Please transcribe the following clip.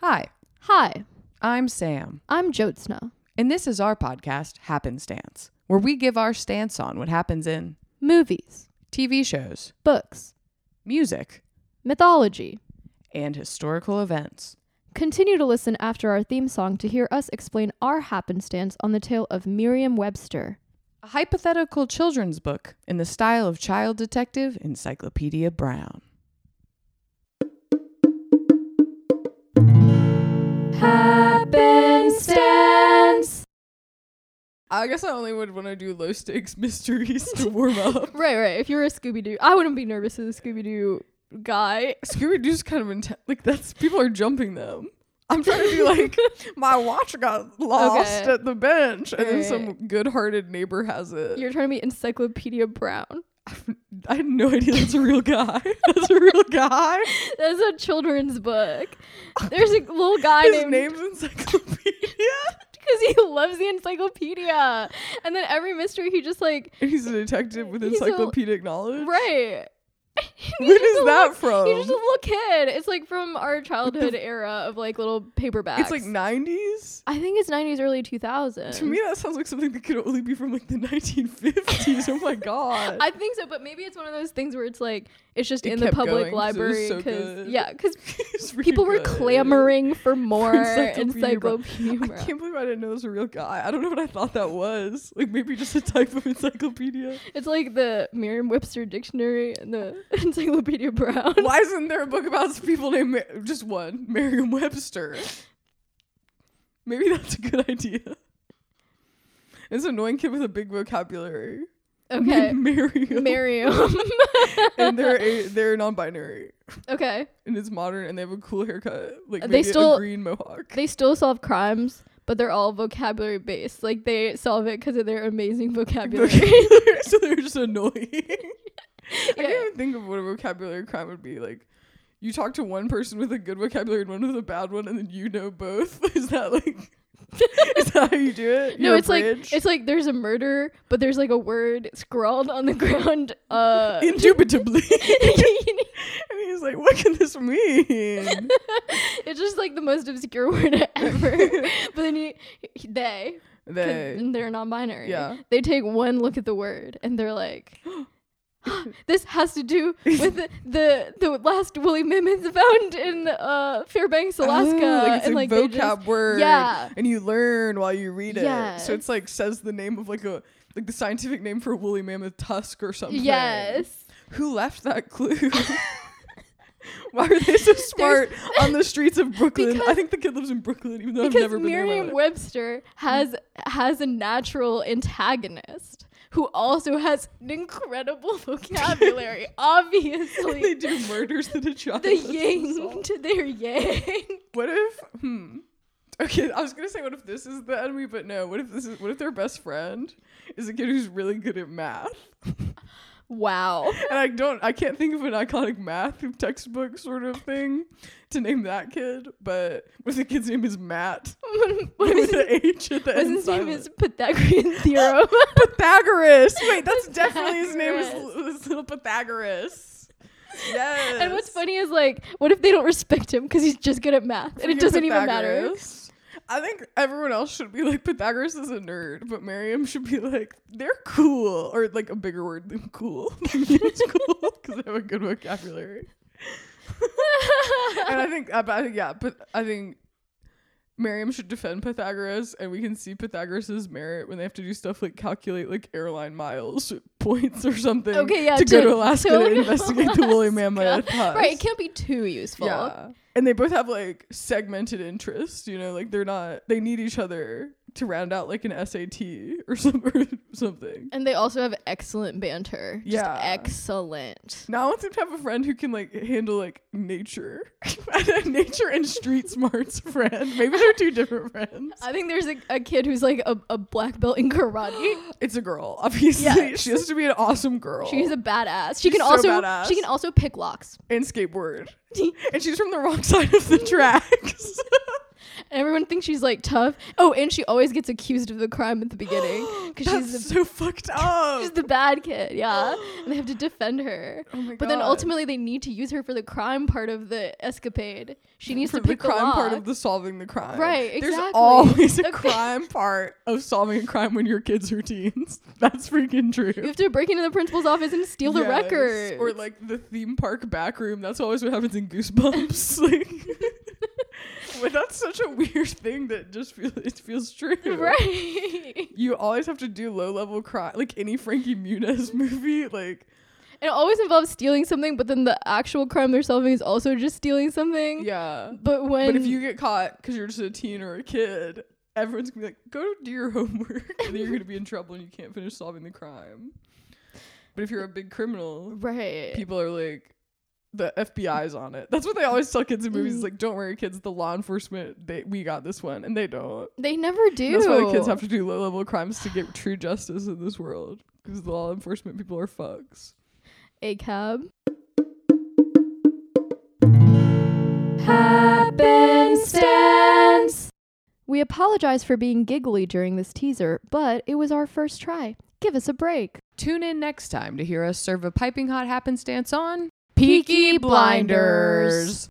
Hi, Hi, I'm Sam, I'm Jyotsna. and this is our podcast, Happenstance, where we give our stance on what happens in Movies, TV shows, books, music, mythology. and historical events. Continue to listen after our theme song to hear us explain our happenstance on the tale of Merriam Webster. A hypothetical children's book in the style of child detective Encyclopedia Brown. Happenstance! I guess I only would want to do low stakes mysteries to warm up. Right, right. If you were a Scooby Doo, I wouldn't be nervous as a Scooby Doo guy. Scooby Doo's kind of intense. Like that's people are jumping them. I'm trying to be like my watch got lost Okay. at the bench, and then Right. some good-hearted neighbor has it. You're trying to be Encyclopedia Brown. I had no idea that's a real guy. that's a real guy. That's a children's book. There's a little guy His named name's Encyclopedia. because he loves the encyclopedia. And then every mystery, he just like And he's a detective with He's a- encyclopedic knowledge. right. When is that He's from? just a little kid. It's like from our childhood era of like little paperbacks. It's like 90s. I think it's nineties, early two thousand. To me, that sounds like something that could only be from like the 1950s. oh my god. I think so, but maybe it's one of those things where it's like it's just It in the kept going public 'cause it was library so because good. yeah, because It's really people were good. clamoring for more Encyclopedia Brown. encyclopedia. I Brown. can't believe I didn't know it was a real guy. I don't know what I thought that was. Like maybe just a type of encyclopedia. It's like the Merriam-Webster dictionary and the Encyclopedia Brown. Why isn't there a book about people named Mer- just one Merriam Webster? Maybe that's a good idea. It's an annoying kid with a big vocabulary. Okay, Merriam. Merriam. and they're a, they're non-binary okay, and it's modern and they have a cool haircut like They maybe still- a green mohawk. they still solve crimes, but they're all vocabulary based. Like they solve it because of their amazing vocabulary. so they're just annoying. I Yeah. can't even think of what a vocabulary crime would be. Like, you talk to one person with a good vocabulary and one with a bad one, and then you know both. Is that like, is that how you do it? No, You're a it's like bridge? it's like there's a murder, but there's like a word scrawled on the ground. Uh, indubitably. it's and he's like, what can this mean? just like the most obscure word ever. but then you, they, They, and they're non-binary. yeah. They take one look at the word and they're like. this has to do with the, the the last woolly mammoth found in uh, Fairbanks, Alaska, Oh, like it's and a like vocab they just word. Yeah. And you learn while you read it. So it's Yes. like says the name of like a like the scientific name for a woolly mammoth tusk or something. yes, Who left that clue? Why are they so smart on the streets of Brooklyn? I Because- think the kid lives in Brooklyn, even though I've because never been there. in my life. Merriam-Webster has has a natural antagonist who also has an incredible vocabulary. Obviously, they do murders to the child. the yang to their yang. What if? Hmm. Okay, I was gonna say what if this is the enemy, but no. What if this is? What if their best friend is a kid who's really good at math? Wow. And I don't. I can't think of an iconic math textbook sort of thing to name that kid. But what if the kid's name is Matt? what with is his, the H at the what is end. his name? silent. Is Pythagorean theorem? Pythagoras. Wait, that's definitely his name is Pythagoras. li- is little Pythagoras. Yes. and what's funny is like, what if they don't respect him because he's just good at math, and it Freaking doesn't even matter. Pythagoras. I think everyone else should be like Pythagoras is a nerd, but Miriam should be like they're cool or like a bigger word than cool. it's cool because they have a good vocabulary. and I think, I, I think, yeah, but I think Miriam should defend Pythagoras, and we can see Pythagoras's merit when they have to do stuff like calculate like airline miles points or something. Okay, yeah, to, go to- to Alaska to to, investigate the woolly mammoth. Tusk. right, it can't be too useful. Yeah, and they both have like segmented interests. You know, like they're not they need each other to round out like an SAT or some or something. And they also have excellent banter. Just Yeah. excellent. Now I want them to have a friend who can like handle like nature, nature and street smarts friend. Maybe they're two different friends. I think there's a, a kid who's like a, a black belt in karate. It's a girl, obviously. Yes. She has to be an awesome girl. She's a badass. She can so also badass. she can also pick locks. and skateboard, and she's from the wrong side of the tracks. everyone thinks she's like tough. Oh, and she always gets accused of the crime at the beginning because That's she's the, so fucked up. she's the bad kid. Yeah, and they have to defend her. oh my God. But then ultimately, they need to use her for the crime part of the escapade. She needs for to pick the crime lock. part of the solving the crime. Right, There's exactly. always a The- crime part of solving a crime when your kids are teens. That's freaking true. You have to break into the principal's office and steal the Yes, record. Or like the theme park back room. That's always what happens in Goosebumps. like, but that's such a weird thing that just feels it feels true. right. You always have to do low level crime, like any Frankie Muniz movie. Like, it always involves stealing something, but then the actual crime they're solving is also just stealing something. yeah. But when but if you get caught because you're just a teen or a kid, everyone's gonna be like, "Go do your homework," and then you're gonna be in trouble and you can't finish solving the crime. But if you're a big criminal, right, people are like the FBI's on it. That's what they always tell kids in movies. Mm. is Like, don't worry, kids. The law enforcement, they we got this one, and they don't. they never do. And That's why the kids have to do low-level crimes to get true justice in this world. Because the law enforcement people are fucks. a cab. Happenstance. We apologize for being giggly during this teaser, but it was our first try. Give us a break. Tune in next time to hear us serve a piping hot happenstance on Peaky Blinders.